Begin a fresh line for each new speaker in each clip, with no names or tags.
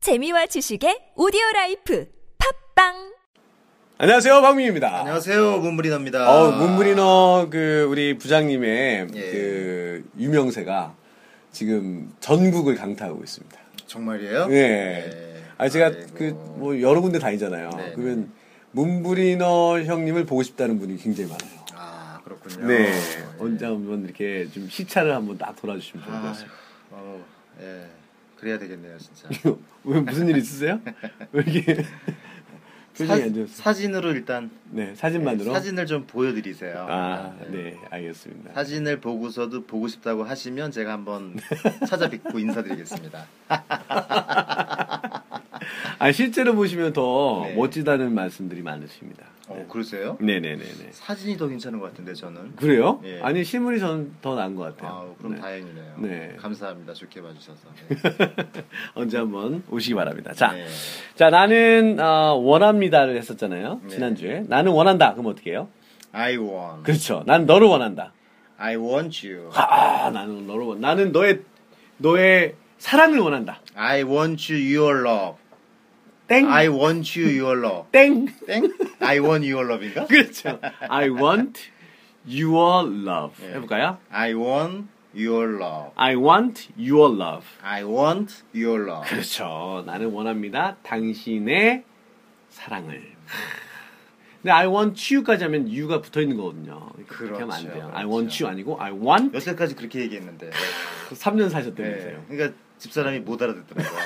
재미와 지식의 오디오 라이프 팝빵
안녕하세요, 박민입니다.
안녕하세요, 문무리너입니다.
어, 문브리너 그 우리 부장님의
예.
그 유명세가 지금 전국을 강타하고 있습니다.
정말이에요? 네.
예. 아 제가
아이고.
그 뭐 여러 군데 다니잖아요.
네.
그러면 문브리너 형님을 보고 싶다는 분이 굉장히 많아요.
아, 그렇군요.
네.
예.
언제 한번 이렇게 좀 시차를 한번 딱 돌아주시면 좋을 것
아,
같습니다.
어, 예. 그래야 되겠네요, 진짜.
왜 무슨 일 있으세요? 왜 이렇게 표정이 안 좋았어요?
사, 진으로 일단
네, 사진만으로.
사진을 좀 보여드리세요.
아,
예.
네, 알겠습니다.
사진을 보고서도 보고 싶다고 하시면 제가 한번 찾아뵙고 인사드리겠습니다.
아 실제로 보시면 더
네.
멋지다는 말씀들이 많으십니다.
어, 그러세요?
네. 네네네네.
사진이 더 괜찮은 것 같은데 저는.
그래요?
예.
아니 실물이 전 더 나은 것 같아요.
아, 그럼
네.
다행이네요.
네.
감사합니다. 좋게 봐주셔서. 네.
언제 한번 오시기 바랍니다. 자,
네.
자 나는 어, 원합니다를 했었잖아요.
네.
지난주에 나는 원한다. 그럼 어떻게 해요?
I want.
그렇죠. 난 너를 원한다.
I want you.
아, 나는 너를 원. 나는 너의 너의 사랑을 원한다.
I want you your love.
땡.
I want you your love.
땡.
땡? I want your love인가?
그렇죠. I want your love.
예.
해볼까요?
I want your love.
I want your love.
I want your love.
그렇죠. 나는 원합니다. 당신의 사랑을. 근데 I want you까지 하면 you가 붙어 있는 거거든요. 그렇게 하면 안 돼요.
그렇죠,
I
그렇죠.
want you 아니고 I want.
여태까지 그렇게 얘기했는데.
그 3년 사셨다면서요.
네. 그러니까 집사람이 못 알아듣더라고요.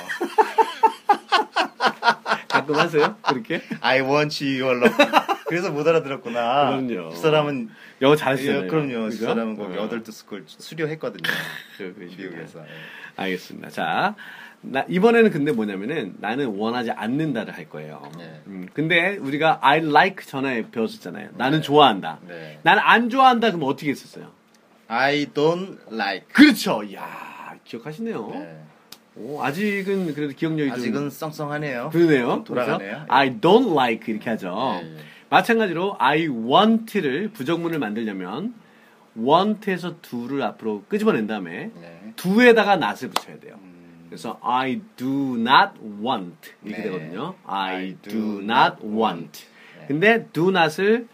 가끔 하세요? 그렇게?
I want you your love. 그래서 못 알아들었구나.
그럼요.
집사람은
영어 잘하시잖아요.
예, 그럼요.
그죠?
집사람은 거기
어.
어덜트 스쿨 수료했거든요.
그래요, 그러시구나.
미국에서. 예.
알겠습니다. 자, 나- 이번에는 근데 뭐냐면은 나는 원하지 않는다를 할 거예요.
네.
음, 근데 우리가 I like 전에 배웠었잖아요. 나는 좋아한다.
네.
나는 안 좋아한다 그럼 어떻게 했었어요?
I don't like.
그렇죠. 이야, 기억하시네요.
네.
오, 아직은 그래도 기억력이
아직은
좀
썽썽하네요.
그러네요.
좀 돌아가네요.
그래서 I don't like 이렇게 하죠.
예, 예.
마찬가지로 I want를 부정문을 만들려면 want에서 do를 앞으로 끄집어낸 다음에
네.
do에다가 not을 붙여야 돼요.
음.
그래서 I do not want 이렇게
네.
되거든요. I,
I
do
do
not
not
want.
네.
근데 do not을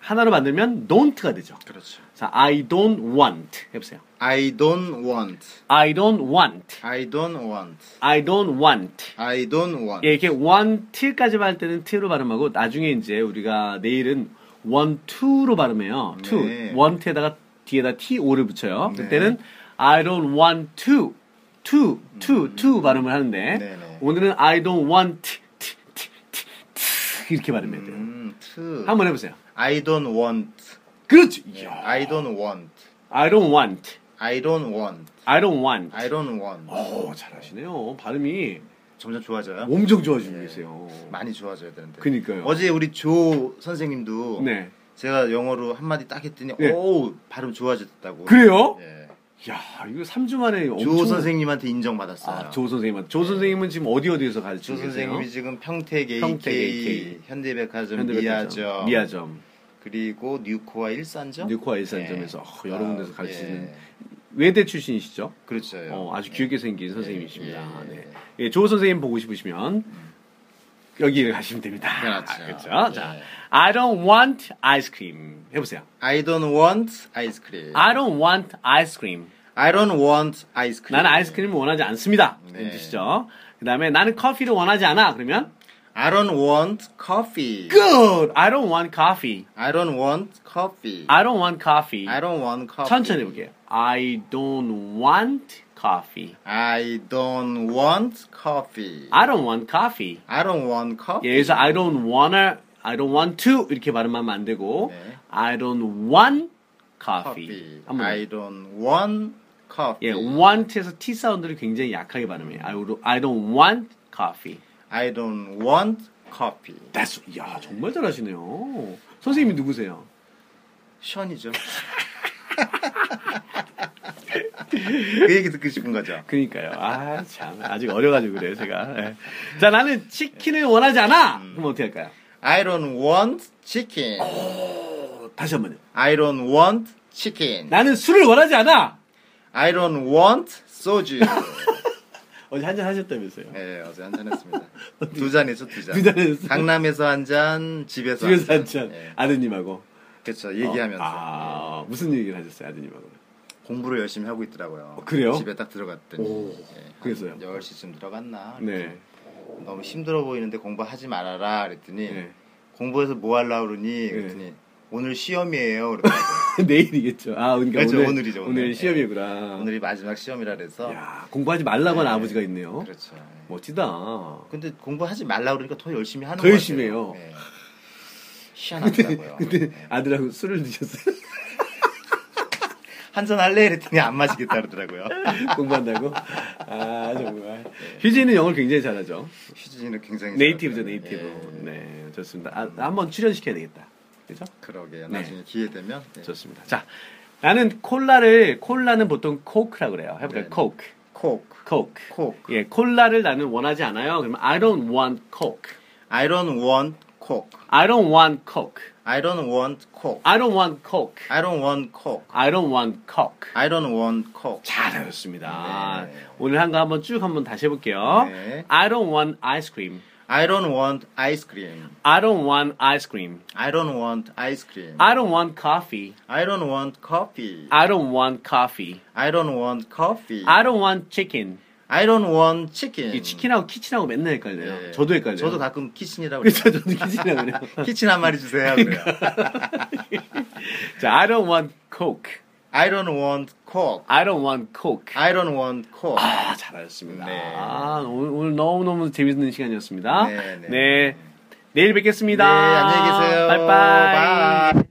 하나로 만들면 don't가 되죠.
그렇죠.
자, I don't want 해보세요.
I don't want.
I don't want.
I don't want.
I don't want.
I don't want.
예, 이렇게 one t까지만 할 때는 t로 발음하고 나중에 이제 우리가 내일은 one two로 발음해요.
네.
two one t에다가 뒤에다 t o를 붙여요.
네.
그때는 I don't want to to to to 발음을 하는데
네, 네.
오늘은 I don't want t t t t 이렇게 발음해야 돼요.
음, to.
한번 해보세요.
I don't want.
그렇죠. 이야.
I don't want.
I don't want.
I don't want.
I don't want.
I don't want.
오, 잘하시네요. 발음이
점점 좋아져요.
엄청
네.
좋아지고 계세요.
많이 좋아져야 되는데.
그니까요.
어제 우리 조 선생님도
네.
제가 영어로 한마디 딱 했더니
네.
오 발음 좋아졌다고.
그래요?
예.
야, 이거 3주 만에 엄청
조 선생님한테 인정받았어요.
아, 조 선생님한테. 조 선생님은 지금 어디 어디에서
조
가르치고 계세요?
선생님이 지금 평택 AK,
평택 AK,
현대백화점,
현대백화점,
미아점,
미아점,
그리고 뉴코와 일산점.
뉴코아 일산점에서 어, 여러 군데서
아,
가르치는
예.
외대 출신이시죠?
그렇죠.
어, 아주 귀엽게 생긴 선생님이십니다.
예, 예,
네. 예, 조 선생님 보고 싶으시면 여기를 가시면 됩니다.
그렇죠.
아, 자,
예.
I don't want ice cream. 해보세요.
I don't want ice cream.
I don't want ice cream.
I don't want ice cream.
나는 아이스크림을 원하지 않습니다.
네.
이런 뜻이죠. 그 다음에 나는 커피를 원하지 않아. 그러면
I don't want coffee.
good. I don't want coffee.
I don't want coffee.
I don't want coffee.
I don't want coffee.
아, 천천히 해볼게요. I don't want coffee.
I don't want coffee.
I don't want coffee.
I don't want coffee.
예, 그래서 I don't wanna, I don't want to 이렇게 발음하면 안 되고
네.
I don't want coffee.
coffee.
한번
I don't want coffee.
예, want에서 t 사운드를 굉장히 약하게 발음해요. I don't- I don't want coffee.
I don't want coffee.
That's 야 정말 잘하시네요. 선생님이 누구세요?
션이죠. 그 얘기 듣고 싶은 거죠.
그니까요. 아 참 아직 어려가지고 그래요 제가. 예. 자 나는 치킨을 원하지 않아. 그럼 어떻게 할까요?
I don't want chicken.
Oh. 다시 한번요.
I don't want chicken.
나는 술을 원하지 않아.
I don't want 소주.
어제 한잔 하셨다면서요?
예, 어제 한 잔 했습니다. 두 잔이죠, 두 잔.
두 잔 했어요?
강남에서 한 잔, 집에서
집에서 한잔
예.
아드님하고
그렇죠. 얘기하면서 네.
어, 아 무슨 얘기를 하셨어요 아드님하고?
공부를 열심히 하고 있더라고요.
어, 그래요?
집에 딱 들어갔더니
오, 그래서요?
10시쯤 들어갔나?
네.
너무 힘들어 보이는데 공부하지 말아라 그랬더니
네.
공부해서 뭐 하려고 그러니 그랬더니 오늘 시험이에요. 그러더라고요.
내일이겠죠. 아 그러니까
그렇죠,
오늘
오늘이죠, 오늘.
오늘 시험이구나.
오늘이 마지막 시험이라 그래서
야 공부하지 말라고 하는
네.
아버지가 있네요.
그렇죠. 예.
멋지다.
근데 공부하지 말라고 그러니까 더 열심히 하는
더
거예요.
열심히 해요.
희한하더라고요.
근데
예.
아들하고 술을 드셨어요?
한잔 할래? 그랬더니 안 마시겠다 그러더라고요.
공부한다고? 아 정말.
네.
휴지는 영어를 굉장히 잘하죠.
휴진이는 굉장히
네이티브죠
잘하더라고요.
네이티브.
예.
네 좋습니다. 아, 한번 출연시켜야 되겠다. 그죠?
그러게요.
네.
나중에 기회 되면 예.
좋습니다. 자 나는 콜라를 콜라는 보통 코크라 그래요. 해볼까요?
네.
코크.
콕,
코크.
콕.
예, 콜라를 나는 원하지 않아요. 그러면 I don't want coke.
아이런 원 콕.
I don't want coke.
아이런 원 콕.
I don't want coke.
아이런 원 콕.
I don't want coke.
아이런 원 콕.
잘하셨습니다.
네.
오늘 한 거 한번 쭉 한번 다시 해볼게요.
네.
I don't want ice cream.
아이런 원 아이스크림.
I don't want ice cream.
아이런 원 아이스크림.
I don't want coffee.
아이런 원 커피.
I don't want coffee.
아이런 원 커피.
I don't want chicken.
아이런 원 치킨.
이 치킨하고 키친하고 맨날 헷갈려요.
예.
저도 헷갈려요.
음. 저도 가끔 키친이라고 그래요.
그렇죠. 저도 네. 키친하고 그래요.
키친 한 마리 주세요. 그래요.
자, I don't want coke.
아이런 원 콕.
I don't want coke.
아이런 원 콕.
아, 잘하셨습니다.
네.
아, 오늘, 오늘 너무너무 재밌는 시간이었습니다.
네, 네.
네. 내일 뵙겠습니다.
네, 안녕히 계세요.
바이바이.
바이.